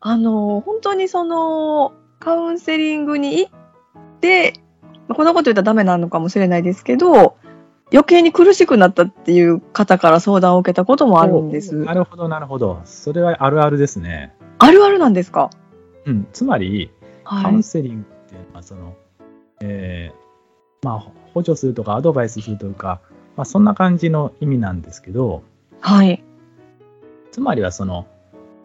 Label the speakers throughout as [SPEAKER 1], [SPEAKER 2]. [SPEAKER 1] あの本当にそのカウンセリングに行ってまあこんなこと言ったらダメなのかもしれないですけど余計に苦しくなったっていう方から相談を受けたこともあるんです
[SPEAKER 2] な。るほど、なるほど。それはあるあるですね。
[SPEAKER 1] あるあるなんですか
[SPEAKER 2] うん、つまり、カ
[SPEAKER 1] は
[SPEAKER 2] ウン
[SPEAKER 1] い。
[SPEAKER 2] セリングっていうのはその、えーまあ、補助するとかアドバイスするというか、まあ、そんな感じの意味なんですけど
[SPEAKER 1] はい。
[SPEAKER 2] つまりはその、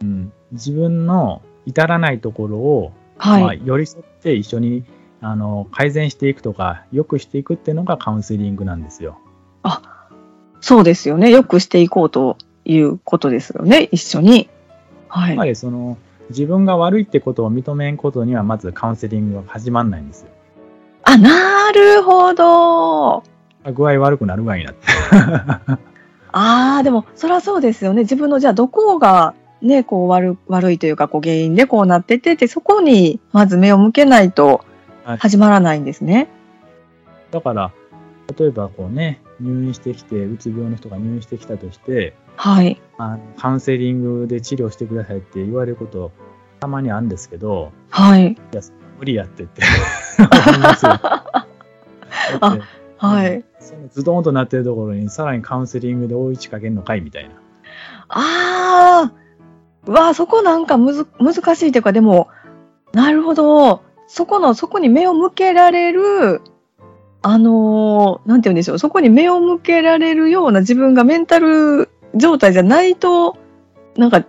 [SPEAKER 2] うん、自分の至らないところを、ま
[SPEAKER 1] は
[SPEAKER 2] あ、
[SPEAKER 1] い。
[SPEAKER 2] 寄り添って一緒にあの改善していくとか良くしていくっていうのがカウンセリングなんですよ。
[SPEAKER 1] そうですよね。よくしていこうということですよね。一緒に。は
[SPEAKER 2] つ
[SPEAKER 1] い
[SPEAKER 2] ま。りその自分が悪いってことを認めんことにはまずカウンセリングは始まんないんですよ。
[SPEAKER 1] あ、なるほど。
[SPEAKER 2] あ具合悪くなるわいなって。
[SPEAKER 1] ああ、でも、そりゃそうですよね。自分の、じゃあ、どこが、ね、こう悪、悪いというか、こう、原因でこうなってて、で、そこに、まず目を向けないと
[SPEAKER 2] はい、
[SPEAKER 1] 始まらないんですね。
[SPEAKER 2] だから、例えばこうね、入院してきて、うつ病の人が入院してきたとして、
[SPEAKER 1] はい。
[SPEAKER 2] あのカウンセリングで治療してくださいって言われること、たまにあるんですけど、
[SPEAKER 1] はい。
[SPEAKER 2] 無理やって って思いますよ。だって
[SPEAKER 1] はい。。
[SPEAKER 2] そのズドンとなってるところに、さらにカウンセリングで追い打ちかけんのかいみたいな。
[SPEAKER 1] ああ、うわあ、そこなんかむず、難しいというか、でも、なるほど。そこの、そこに目を向けられる、あのーなんて言うんでしょう。そこに目を向けられるような自分がメンタル状態じゃないと、なんか、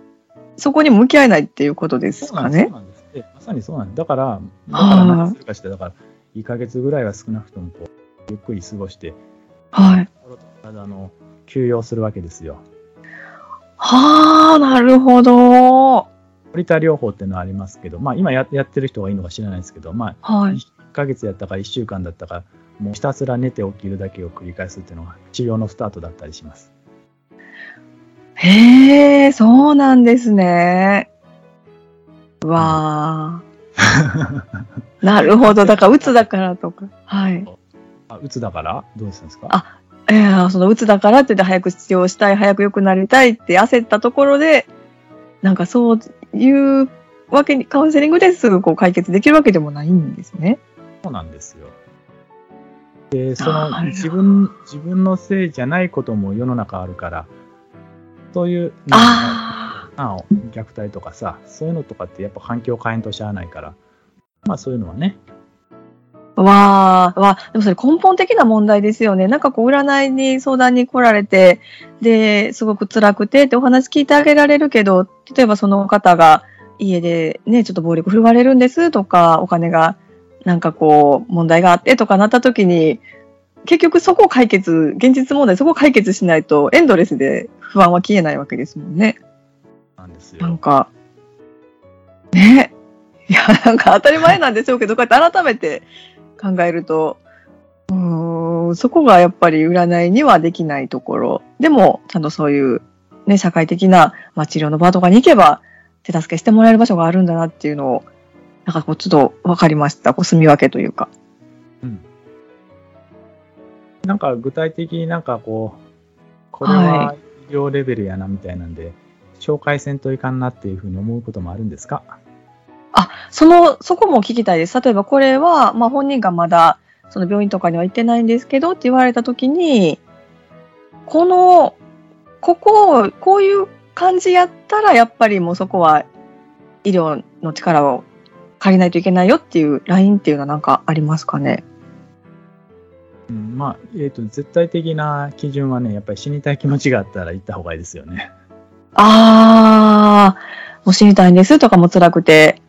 [SPEAKER 1] そこに向き合えないっていうことですか
[SPEAKER 2] です。
[SPEAKER 1] ね
[SPEAKER 2] そう。なんです。でまさにそうなんです。だから、だから何するかして、だから、1ヶ月ぐらいは少なくともこう、ゆっくり過ごして、
[SPEAKER 1] はい。
[SPEAKER 2] 心と体の休養するわけですよ。
[SPEAKER 1] はあ、なるほど。
[SPEAKER 2] ポリタ療法っていうのはありますけど、まあ、今ややってる人がいいのか知らないですけど、まあ、
[SPEAKER 1] はい。
[SPEAKER 2] 1ヶ月やったか1週間だったか、もうひたすら寝て起きるだけを繰り返すっていうのが治療のスタートだったり します。
[SPEAKER 1] へえ、そうなんですね。わあ。なるほど。だから、うつだからとか。はい。
[SPEAKER 2] あうつだからどうするんですか
[SPEAKER 1] あえー、その、うつだからって言って、早く治療したい、早く良くなりたいって焦ったところで、なんかそういうわけに、カウンセリングですぐこう解決できるわけでもないんですね。
[SPEAKER 2] そうなんですよ。で、そ
[SPEAKER 1] な
[SPEAKER 2] の
[SPEAKER 1] る
[SPEAKER 2] 自分自分のせいじゃないことも世の中あるから、そういう、なんか
[SPEAKER 1] あ
[SPEAKER 2] あの虐待とかさ、そういうのとかってやっぱ環境変えんとしゃあないから、まあそういうのはね、
[SPEAKER 1] あ。わあ。わあ。でもそれ根本的な問題ですよね。なんかこう、占いに相談に来られて、で、すごく辛くてってお話聞いてあげられるけど、例えばその方が家でね、ちょっと暴力振るわれるんですとか、お金がなんかこう問題があってとかなった時に、結局そこを解決、現実問題そこを解決しないとエンドレスで不安は消えないわけですもんね。
[SPEAKER 2] なんですよ。
[SPEAKER 1] なんか、ね。いや、なんか当たり前なんでしょうけど、こうやって改めて考えると、うーん、そこがやっぱり占いにはできないところ。でも、ちゃんとそういう、ね、社会的な、まあ、治療の場とかに行けば、手助けしてもらえる場所があるんだなっていうのを、なんかこう、ちょっと分かりました。こう、住み分けというか。
[SPEAKER 2] うんなんか具体的になんかこう、これは
[SPEAKER 1] は
[SPEAKER 2] 医療レベルやなみたいなんで、紹介せんといかんなっていうふうに思うこともあるんですか
[SPEAKER 1] その、そこも聞きたいです。例えばこれは、まあ本人がまだ、その病院とかには行ってないんですけどって言われたときに、この、ここを、こういう感じやったら、やっぱりもうそこは医療の力を借りないといけないよっていうラインっていうのはなんかありますかね。
[SPEAKER 2] うん、まあ、えっ、と、絶対的な基準はね、やっぱり死にたい気持ちがあったら行った方がいいですよね。
[SPEAKER 1] あー、もう死にたいんですとかも辛くて、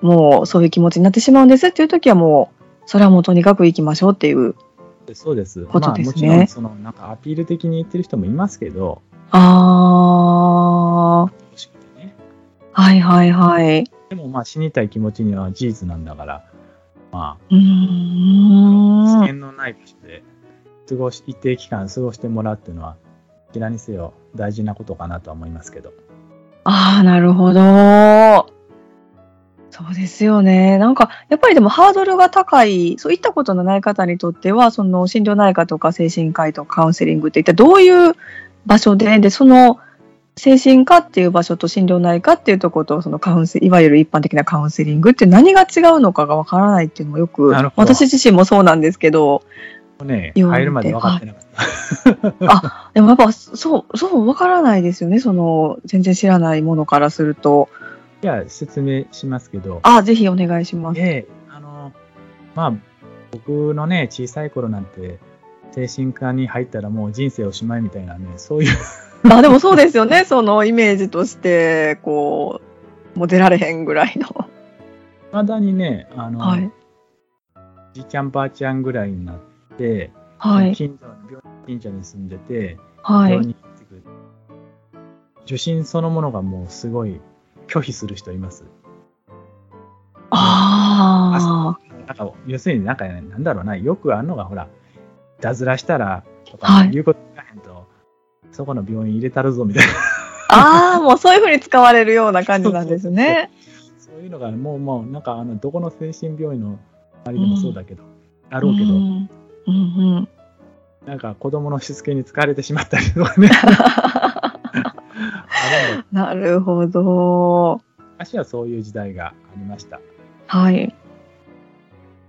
[SPEAKER 1] もうそういう気持ちになってしまうんですっていう時はもう、それはもうとにかく行きましょうっていう。
[SPEAKER 2] でそうです。
[SPEAKER 1] こと
[SPEAKER 2] まあ、
[SPEAKER 1] ですね
[SPEAKER 2] もちろん、その、なんかアピール的に言ってる人もいますけど、
[SPEAKER 1] あー。
[SPEAKER 2] 欲しくてね。
[SPEAKER 1] はいはいはい。
[SPEAKER 2] でも、まあ、死にたい気持ちには事実なんだから、ま
[SPEAKER 1] うー
[SPEAKER 2] あ、危
[SPEAKER 1] ん。
[SPEAKER 2] 険のない場所で、過ごし、一定期間過ごしてもらうっていうのは、どちらにせよ大事なことかなとは思いますけど。
[SPEAKER 1] ああ、なるほど。そうですよね。なんか、やっぱりでもハードルが高い、そういったことのない方にとっては、その心療内科とか精神科医とかカウンセリングって一体どういう場所で、で、その精神科っていう場所と診療内科っていうところとそのカウンセいわゆる一般的なカウンセリングって何が違うのかがわからないっていうのもよく
[SPEAKER 2] なるほど
[SPEAKER 1] 私自身もそうなんですけど
[SPEAKER 2] ね、
[SPEAKER 1] 言われて
[SPEAKER 2] 入るまで分かってなかった。
[SPEAKER 1] でもやっぱそうそうわからないですよねその全然知らないものからすると
[SPEAKER 2] じゃあ説明しますけど、
[SPEAKER 1] あぜひお願いし ます。
[SPEAKER 2] ええあの、まあ、僕のね、小さい頃なんて、精神科に入ったらもう人生おしまいみたいなね、そういう、
[SPEAKER 1] あでもそうですよねそのイメージとしてこうもう出られへんぐらいの。
[SPEAKER 2] まだにね、あの、
[SPEAKER 1] はい
[SPEAKER 2] じいちゃんばあちゃんぐらいになって、
[SPEAKER 1] はい
[SPEAKER 2] 近所の病院近所に住んでて、
[SPEAKER 1] は
[SPEAKER 2] 病
[SPEAKER 1] い
[SPEAKER 2] 院に行ってくる受診そのものがもうすごい拒否する人います。
[SPEAKER 1] あ
[SPEAKER 2] なんか要するになんか、ね、なんだろうな、よくあるのが、ほら、いたずらしたらとか、
[SPEAKER 1] はい
[SPEAKER 2] 言うこと聞かへんと、そこの病院入れたるぞみたいな、
[SPEAKER 1] あああもうそういうふうに使われるような感じなんですね。
[SPEAKER 2] そういうのが、もう、もう、なんか、あのどこの精神病院のあれでもそうだけど、あろうけど、
[SPEAKER 1] んうんうん、
[SPEAKER 2] なんか子供のしつけに疲れてしまったりと かね、あるんだ
[SPEAKER 1] なるほど。
[SPEAKER 2] 昔はそういう時代がありました。
[SPEAKER 1] はい。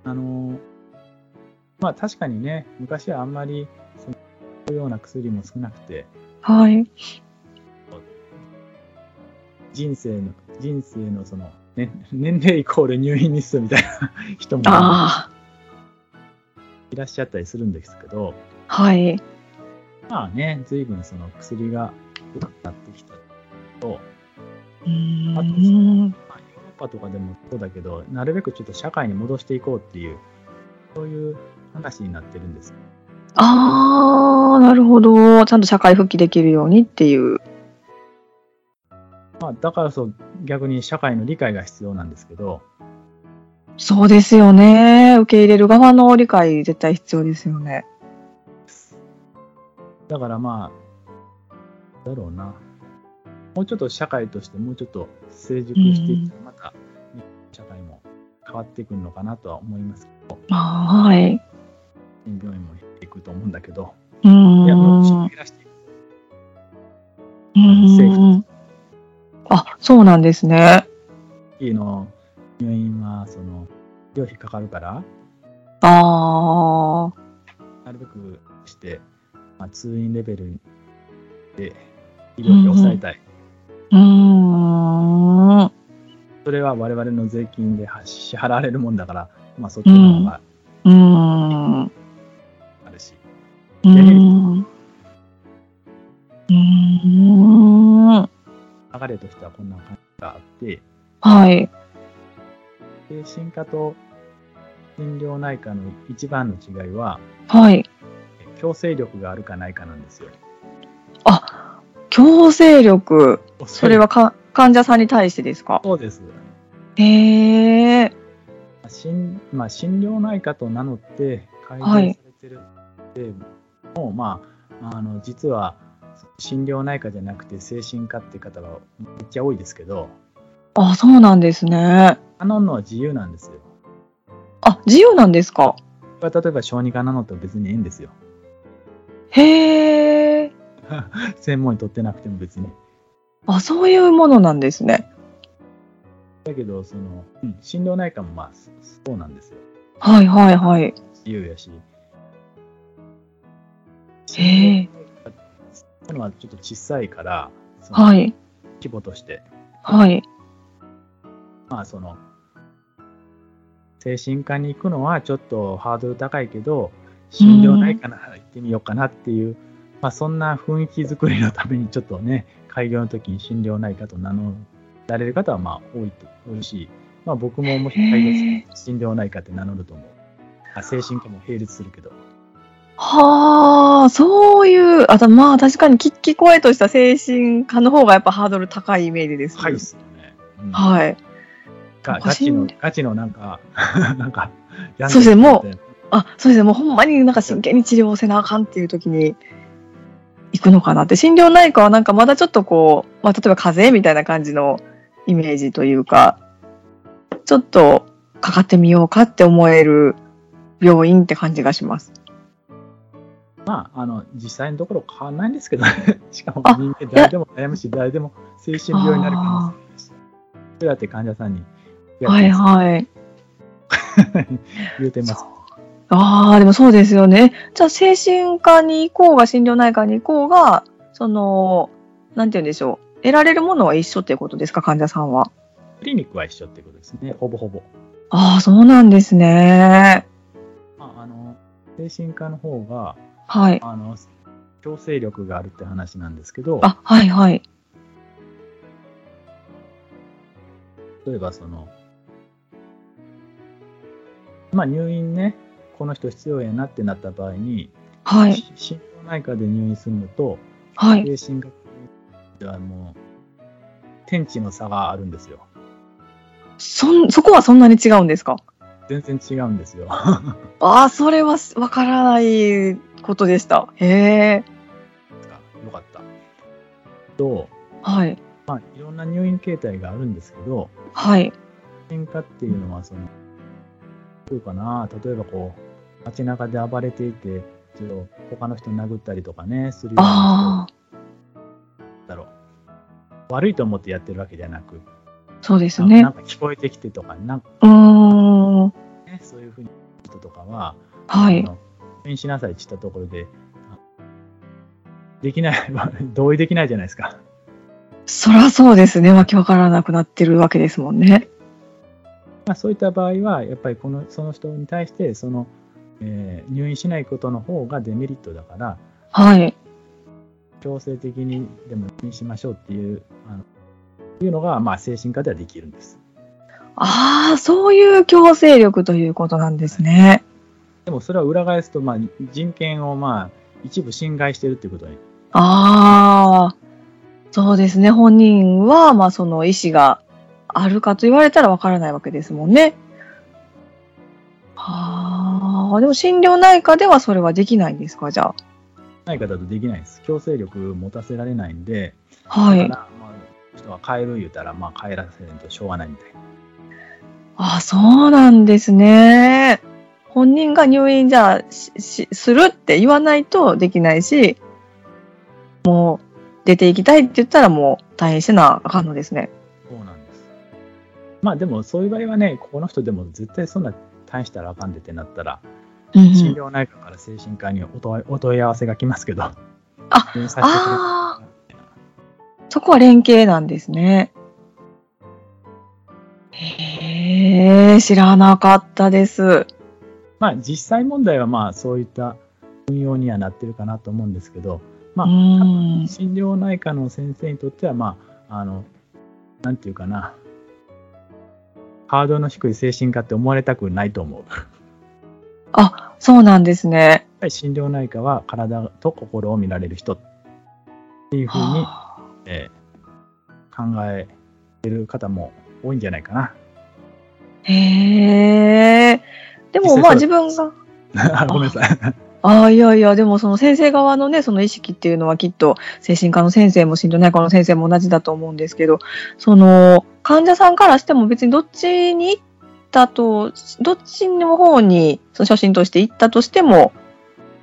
[SPEAKER 2] あのまあ確かにね、昔はあんまりそのような薬も少なくて、
[SPEAKER 1] はい。
[SPEAKER 2] 人生の、人生のその、ね、年齢イコール入院日数みたいな人も
[SPEAKER 1] あ
[SPEAKER 2] いらっしゃったりするんですけど、
[SPEAKER 1] あ、はい。
[SPEAKER 2] まあね、随分その薬が良くなってきた。
[SPEAKER 1] うーん
[SPEAKER 2] あと
[SPEAKER 1] うん
[SPEAKER 2] まあ、ヨーロッパとかでもそうだけど、なるべくちょっと社会に戻していこうっていう、そういう話になってるんです。
[SPEAKER 1] ああ、なるほど。ちゃんと社会復帰できるようにっていう。
[SPEAKER 2] まあだからそう、逆に社会の理解が必要なんですけど、
[SPEAKER 1] そうですよね。受け入れる側の理解、絶対必要ですよね。
[SPEAKER 2] だからまあ、だろうな。もうちょっと社会として、もうちょっと成熟していったら、また、日本社会も変わってくるのかなとは思います。
[SPEAKER 1] あーはい。
[SPEAKER 2] 病院も減っていくと思うんだけど、
[SPEAKER 1] うー
[SPEAKER 2] いや、もう、
[SPEAKER 1] ん。
[SPEAKER 2] 引
[SPEAKER 1] う
[SPEAKER 2] き出していく
[SPEAKER 1] ーんあ、そうなんですね。
[SPEAKER 2] 時の入院は、その、医療費かかるから、
[SPEAKER 1] ああ、
[SPEAKER 2] なるべくして、まあ、通院レベルで医療費を抑えたい。
[SPEAKER 1] うーん。は
[SPEAKER 2] それは我々の税金で支払われるもんだから、まあ、そっちの方が
[SPEAKER 1] うーん。う
[SPEAKER 2] あるし。
[SPEAKER 1] ーん。うーん。
[SPEAKER 2] 流れとしてはこんな感じがあって、
[SPEAKER 1] はい。
[SPEAKER 2] 精神科と心療内科の一番の違いは、
[SPEAKER 1] はい。
[SPEAKER 2] 強制力があるかないかなんですよ。
[SPEAKER 1] あ、強制力。それはか患者さんに対してですか
[SPEAKER 2] そうです。
[SPEAKER 1] へえ。
[SPEAKER 2] 心まあ、心療内科と名乗って開業さ
[SPEAKER 1] はい
[SPEAKER 2] れてるで、もうまあ、あの実は心療内科じゃなくて精神科って方がめっちゃ多いですけど、
[SPEAKER 1] あ、そうなんですね。
[SPEAKER 2] 名乗るのは自由なんですよ。
[SPEAKER 1] あ、自由なんですか
[SPEAKER 2] これは例えば小児科名乗っても別にいいんですよ。
[SPEAKER 1] へえ。
[SPEAKER 2] 専門医取ってなくても別に。
[SPEAKER 1] あ、そういうものなんですね。
[SPEAKER 2] だけど、その、うん、心療内科もまあ、そそうなんですよ。
[SPEAKER 1] はいはいはい。
[SPEAKER 2] 自由やし。
[SPEAKER 1] へえ。
[SPEAKER 2] このはちょっと小さいから、その
[SPEAKER 1] はい。
[SPEAKER 2] 規模として、
[SPEAKER 1] はい。
[SPEAKER 2] まあその、精神科に行くのはちょっとハードル高いけど、心療内科なら行ってみようかなっていう、まあそんな雰囲気作りのためにちょっとね、開業の時に心療内科と名乗られる方はまあ多いと多いし、まあ僕ももし開業す
[SPEAKER 1] へ
[SPEAKER 2] ると心療内科って名乗ると思う。あ精神科も並列するけど。
[SPEAKER 1] はあ、そういう、あとまあ確かに聞聞こえとした精神科の方がやっぱハードル高いイメージです、ね。
[SPEAKER 2] 高いっすよね。うん
[SPEAKER 1] はい。
[SPEAKER 2] が
[SPEAKER 1] 欲
[SPEAKER 2] ガ
[SPEAKER 1] しい
[SPEAKER 2] チ
[SPEAKER 1] ん
[SPEAKER 2] の
[SPEAKER 1] で、
[SPEAKER 2] ガチのなんか、 なんか、
[SPEAKER 1] そうですねもう
[SPEAKER 2] う。
[SPEAKER 1] あ、そうですね。もうほんまになんか真剣に治療をせなあかんっていう時に行くのかなって。心療内科はなんかまだちょっとこう、まあ例えば風邪みたいな感じのイメージというか、ちょっとかかってみようかって思える病院って感じがします。
[SPEAKER 2] まあ、あの実際のところ変わらないんですけど、 しかも
[SPEAKER 1] あ
[SPEAKER 2] 人間誰でも悩むし、誰でも精神病になる可能性です。どうやって患者さんに
[SPEAKER 1] はいはい。
[SPEAKER 2] 言うてます。
[SPEAKER 1] ああ、でもそうですよね。じゃあ、精神科に行こうが、心療内科に行こうが、その、なんて言うんでしょう。得られるものは一緒っていうことですか、患者さんは。
[SPEAKER 2] クリニックは一緒っていうことですね、ほぼほぼ。
[SPEAKER 1] ああ、そうなんですね。
[SPEAKER 2] まあ、あの精神科の方が
[SPEAKER 1] はい。
[SPEAKER 2] あの強制力があるって話なんですけど、
[SPEAKER 1] あ、はいはい。
[SPEAKER 2] 例えばその、まあ、入院ね、この人必要やなってなった場合に、
[SPEAKER 1] はい。
[SPEAKER 2] し心療内科で入院するのと、
[SPEAKER 1] はい。
[SPEAKER 2] 精神科ではもう、天地の差があるんですよ。
[SPEAKER 1] そん、そこはそんなに違うんですか
[SPEAKER 2] 全然違うんですよ。
[SPEAKER 1] ああ、それはすわからないことでした。へえ。
[SPEAKER 2] よかった。
[SPEAKER 1] はい。
[SPEAKER 2] まあ、いろんな入院形態があるんですけど、
[SPEAKER 1] はい。
[SPEAKER 2] 喧嘩っていうのはその、どうかな、例えばこう、街中で暴れていて、ちょっと他の人殴ったりとかね、するような
[SPEAKER 1] ああ、
[SPEAKER 2] 人だろう。悪いと思ってやってるわけじゃなく、
[SPEAKER 1] そうです
[SPEAKER 2] あな
[SPEAKER 1] ね
[SPEAKER 2] ん。か聞こえてきてとか、なんか
[SPEAKER 1] うーん。
[SPEAKER 2] ね、そういうふうに人とかは、
[SPEAKER 1] は
[SPEAKER 2] あ
[SPEAKER 1] い。
[SPEAKER 2] の入院しなさいって言ったところで、あできない、 同意できないじゃないですか。
[SPEAKER 1] そらそうですね。わけわからなくなってるわけですもんね。
[SPEAKER 2] まあ、そういった場合は、やっぱりこのその人に対してその、えー入院しないことの方がデメリットだから、
[SPEAKER 1] はい。
[SPEAKER 2] 強制的にでも入院しましょうっていうあのいうのが、まあ、精神科ではできるんです。
[SPEAKER 1] ああ、そういう強制力ということなんですね。
[SPEAKER 2] でもそれは裏返すと、まあ、人権を、まあ、一部侵害してるっていうことに、
[SPEAKER 1] ああ、そうですね。本人は、まあ、その意思があるかと言われたらわからないわけですもんね。ああ、でも心療内科ではそれはできないんですか、じゃ
[SPEAKER 2] ない方だとできないです。強制力持たせられないんで、
[SPEAKER 1] あ。は
[SPEAKER 2] だ
[SPEAKER 1] い
[SPEAKER 2] か。ら、まあ、人は帰る言うたら、まあ、帰らせるとしょうがないみたいな。
[SPEAKER 1] ああ、そうなんですね。本人が入院じゃあししするって言わないとできないし、もう出ていきたいって言ったらもう大変してなあかんのですね。
[SPEAKER 2] そうなんです。まあでもそういう場合はね、ここの人でも絶対そんな大したらあかんでってなったら、
[SPEAKER 1] うんうん
[SPEAKER 2] 心療内科から精神科にお問いお問い合わせが来ますけど、あ
[SPEAKER 1] ああそこは連携なんですね。へえ、知らなかったです。
[SPEAKER 2] まあ実際問題はまあそういった運用にはなってるかなと思うんですけど、ま
[SPEAKER 1] う
[SPEAKER 2] あ、
[SPEAKER 1] ん。
[SPEAKER 2] 心療内科の先生にとっては、まあ、あの、なんていうかな、ハードルの低い精神科って思われたくないと思う。やっ
[SPEAKER 1] あ、そうなんですね。
[SPEAKER 2] ぱり心療内科は体と心を見られる人っていうふうに
[SPEAKER 1] はあ
[SPEAKER 2] 考えてる方も多いんじゃないかな。
[SPEAKER 1] へえ。でもまあ
[SPEAKER 2] 実際
[SPEAKER 1] 自
[SPEAKER 2] そう
[SPEAKER 1] 分が、
[SPEAKER 2] あ ごめんなさい。
[SPEAKER 1] ああ、いやいや、でもその先生側のね、その意識っていうのはきっと精神科の先生も心療内科の先生も同じだと思うんですけど、その患者さんからしても別にどっちに行ったと、どっちの方にその初心として行ったとしても、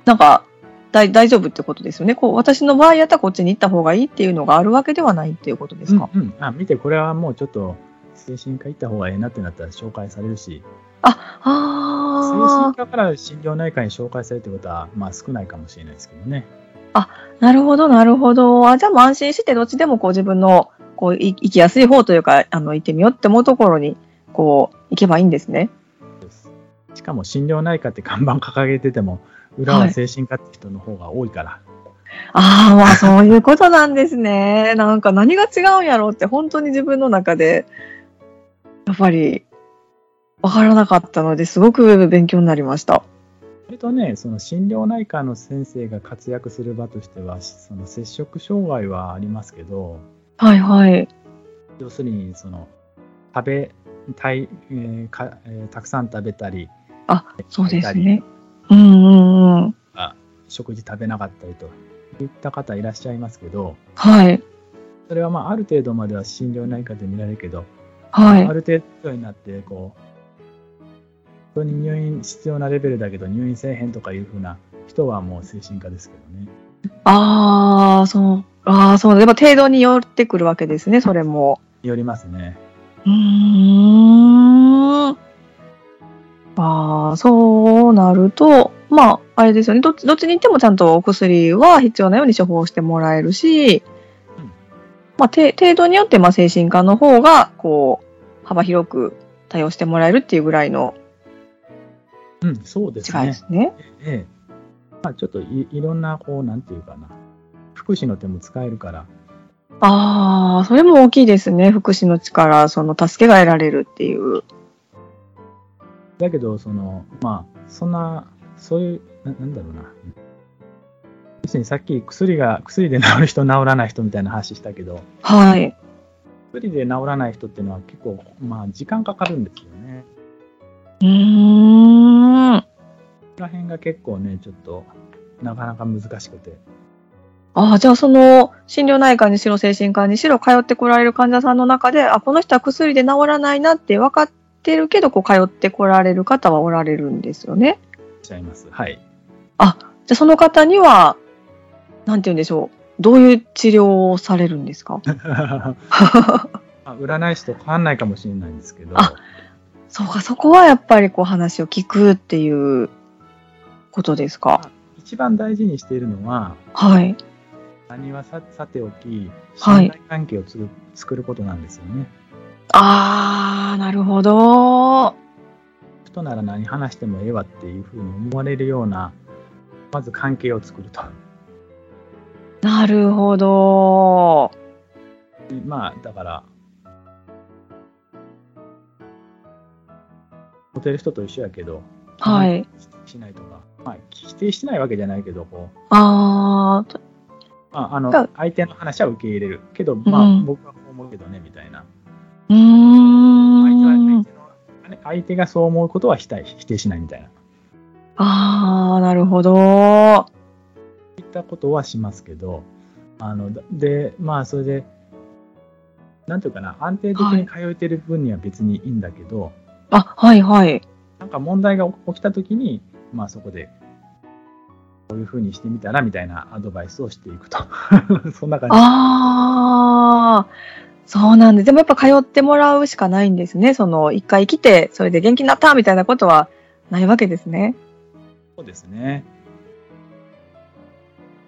[SPEAKER 1] なんか大大丈夫ってことですよね。こう私の場合やったらこっちに行った方がいいっていうのがあるわけではないっていうことですか。
[SPEAKER 2] うんうん、あ見て、これはもうちょっと精神科行った方がええなってなったら紹介されるし、
[SPEAKER 1] あ、
[SPEAKER 2] 精
[SPEAKER 1] あ
[SPEAKER 2] 神科から心療内科に紹介されるってことは、まあ、少ないかもしれないですけどね。
[SPEAKER 1] あ、なるほど、なるほど。あ、じゃあもう安心してどっちでもこう自分のこうい行きやすい方というか、あの行ってみようって思うところにこう行けばいいんですね。
[SPEAKER 2] しかも心療内科って看板掲げてても、裏
[SPEAKER 1] は
[SPEAKER 2] はい精神科って人の方が多いから、
[SPEAKER 1] ああ、まあそういうことなんですね。 なんか何が違うんやろうって本当に自分の中でやっぱりわからなかったのですごく勉強になりました。
[SPEAKER 2] それとね、その心療内科の先生が活躍する場としては、その摂食障害はありますけど、
[SPEAKER 1] はいはい。
[SPEAKER 2] 要するにその食べたい、えーかえーたくさん食べたり、
[SPEAKER 1] そうですね。うんうんうん。
[SPEAKER 2] 食事食べなかったりといった方いらっしゃいますけど、
[SPEAKER 1] はい。
[SPEAKER 2] それはまあある程度までは心療内科で見られるけど、
[SPEAKER 1] は
[SPEAKER 2] あ
[SPEAKER 1] い。
[SPEAKER 2] る程度になってこう、本当に入院必要なレベルだけど入院せえへんとかいうふうな人はもう精神科ですけどね。
[SPEAKER 1] ああ、そう。ああ、そう。やっぱ程度によってくるわけですね、それも。
[SPEAKER 2] よりますね。
[SPEAKER 1] うーん。ああ、そうなると、まあ、あれですよね。どっち、どっちに行ってもちゃんとお薬は必要なように処方してもらえるし
[SPEAKER 2] うん、
[SPEAKER 1] まあ、て程度によって、まあ、精神科の方が、こう、幅広く対応してもらえるっていうぐらいの
[SPEAKER 2] うん、そうです
[SPEAKER 1] 違いで
[SPEAKER 2] ね。
[SPEAKER 1] すね。
[SPEAKER 2] ええまあ、ちょっといいろんな、こう、なんていうかな、福祉の手も使えるから、
[SPEAKER 1] ああ、それも大きいですね。福祉の力、その助けが得られるっていう。
[SPEAKER 2] だけど、その、まあ、そんな、そういう、ななんだろうな。要するにさっき薬が、薬で治る人、治らない人みたいな話したけど、
[SPEAKER 1] はい。
[SPEAKER 2] 薬で治らない人っていうのは結構、まあ、時間かかるんですよね。
[SPEAKER 1] うーん。
[SPEAKER 2] そこら辺が結構ね、ちょっと、なかなか難しくて。
[SPEAKER 1] ああ、じゃあその、心療内科にしろ精神科にしろ通ってこられる患者さんの中で、あ、この人は薬で治らないなって分かってるけど、こう通ってこられる方はおられるんですよね。
[SPEAKER 2] しちゃいます。 はい。
[SPEAKER 1] じゃあその方には、なんて言うんでしょう。どういう治療をされるんですか
[SPEAKER 2] あ占い師と変わんないかもしれないんですけど、
[SPEAKER 1] あそうか、そこはやっぱりこう話を聞くっていうことですか。
[SPEAKER 2] 一番大事にしているのは、
[SPEAKER 1] はい。
[SPEAKER 2] 何はささておき、
[SPEAKER 1] はい
[SPEAKER 2] 信頼関係をつく作ることなんですよね。
[SPEAKER 1] ああ、なるほど。
[SPEAKER 2] 人なら何話してもええわっていうふうに思われるような、まず関係を作ると。
[SPEAKER 1] なるほど。
[SPEAKER 2] でまあ、だから、モテる人と一緒やけど、
[SPEAKER 1] はい。
[SPEAKER 2] しないとか、まあ、否定してないわけじゃないけど、こう
[SPEAKER 1] ああ、
[SPEAKER 2] まあ、あの
[SPEAKER 1] そう
[SPEAKER 2] 相手の話は受け入れるけど、まあ
[SPEAKER 1] うん
[SPEAKER 2] 僕はこう思うけどねみたいな、
[SPEAKER 1] うーん。
[SPEAKER 2] 相手は相手の相手がそう思うことは否定否定しないみたいな
[SPEAKER 1] ああ、なるほど。
[SPEAKER 2] そういったことはしますけどあのだでまあそれでなんていうかな安定的に通えてる分には別にいいんだけど、
[SPEAKER 1] あ、はいはい。
[SPEAKER 2] なんか問題が起起きた時にまあそこでこういうふうにしてみたらみたいなアドバイスをしていくと そんな感じ
[SPEAKER 1] ああ、そうなんです。でもやっぱ通ってもらうしかないんですね。その、一回来て、それで元気になったみたいなことはないわけですね。
[SPEAKER 2] そうですね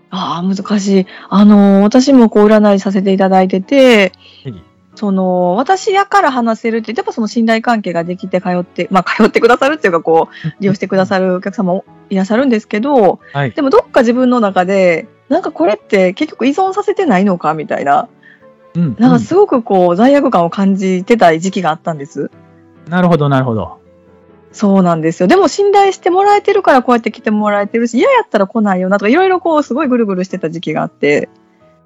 [SPEAKER 1] ああ、難しい。あのー私もこう占いさせていただいてて、
[SPEAKER 2] はい
[SPEAKER 1] その、私やから話せるって、やっぱその信頼関係ができて通って、まあ通ってくださるっていうか、こ う、利用してくださるお客様もいらっしゃるんですけど、
[SPEAKER 2] はい
[SPEAKER 1] でもどっか自分の中で、なんかこれって結局依存させてないのかみたいな、
[SPEAKER 2] うん
[SPEAKER 1] なんかすごくこう罪悪感を感じてた時期があったんです。
[SPEAKER 2] うんなるほどなるほど
[SPEAKER 1] そうなんですよ。でも信頼してもらえてるからこうやって来てもらえてるし、嫌やったら来ないよなとか、いろいろこうすごいぐるぐるしてた時期があって、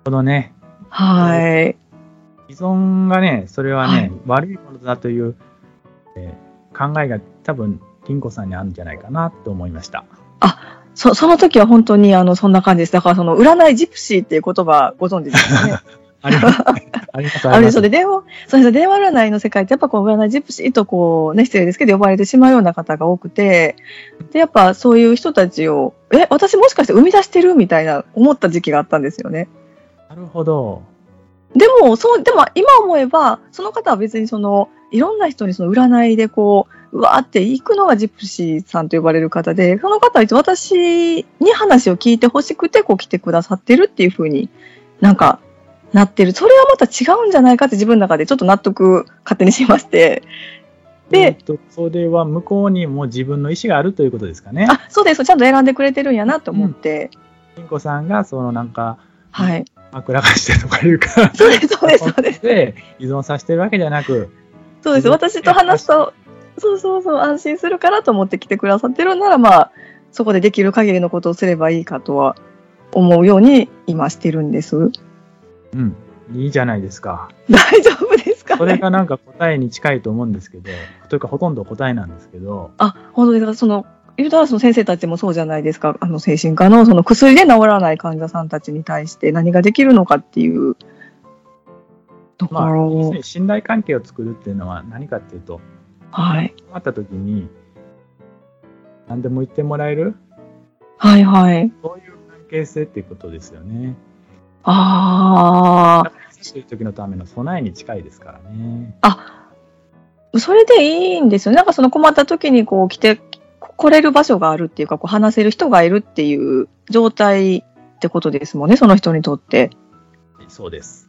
[SPEAKER 2] このね
[SPEAKER 1] はい。
[SPEAKER 2] 依存がね、それはね、
[SPEAKER 1] はい
[SPEAKER 2] 悪いものだという、えー考えが多分、金子さんにあるんじゃないかなと思いました。
[SPEAKER 1] そその時は本当にあのそんな感じです。だからその占いジプシーっていう言葉ご存知ですよね。
[SPEAKER 2] あります あります
[SPEAKER 1] あれ
[SPEAKER 2] りま
[SPEAKER 1] ですそれ電話、そうです電話占いの世界ってやっぱこう占いジプシーとこうね、失礼ですけど呼ばれてしまうような方が多くて、で、やっぱそういう人たちを、え、私もしかして生み出してるみたいな思った時期があったんですよね。
[SPEAKER 2] なるほど。
[SPEAKER 1] でも、そう、でも今思えば、その方は別にその、いろんな人にその占いでこう、うわーって行くのがジプシーさんと呼ばれる方で、その方は一応私に話を聞いてほしくて、こう来てくださってるっていう風になんか、なってる。それはまた違うんじゃないかって自分の中でちょっと納得勝手にしまして。で
[SPEAKER 2] えーと、それは向こうにも自分の意思があるということですかね。
[SPEAKER 1] あ、そうです。ちゃんと選んでくれてるんやなと思って。
[SPEAKER 2] 金子さんが、そのなんか、
[SPEAKER 1] はい。
[SPEAKER 2] 枕返してとかいうか、
[SPEAKER 1] そうです、そうです、そうです。
[SPEAKER 2] で依存させてるわけじゃなく、
[SPEAKER 1] そうです。
[SPEAKER 2] うん
[SPEAKER 1] 私と話すと、そうそうそう、安心するからと思って来てくださってるなら、まあ、そこでできる限りのことをすればいいかとは思うように今してるんです。
[SPEAKER 2] うん、いいじゃないですか。
[SPEAKER 1] 大丈夫ですか
[SPEAKER 2] それ
[SPEAKER 1] ね
[SPEAKER 2] がなんか答えに近いと思うんですけど、というかほとんど答えなんですけど、
[SPEAKER 1] あ、本当ですか。その、ユータラスの先生たちもそうじゃないですか。あの、精神科の、その薬で治らない患者さんたちに対して何ができるのかっていうとこ
[SPEAKER 2] まあ、要す
[SPEAKER 1] ろを
[SPEAKER 2] る、に信頼関係を作るっていうのは何かっていうと、
[SPEAKER 1] はい。
[SPEAKER 2] 困った時に何でも言ってもらえる
[SPEAKER 1] はいはい。
[SPEAKER 2] そういう関係性っていうことですよね。
[SPEAKER 1] あ
[SPEAKER 2] そういう時のための備えに近いですからね。
[SPEAKER 1] あ、それでいいんですよね。なんかその困った時にこう来て、来れる場所があるっていうか、こう話せる人がいるっていう状態ってことですもんね、その人にとって。
[SPEAKER 2] そうです。